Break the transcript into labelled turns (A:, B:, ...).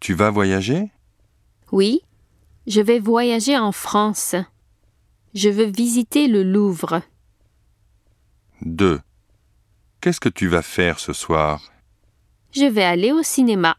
A: Tu vas voyager
B: Oui, je vais voyager en France. Je veux visiter le Louvre.
A: 2. Qu'est-ce que tu vas faire ce soir
B: Je vais aller au cinéma.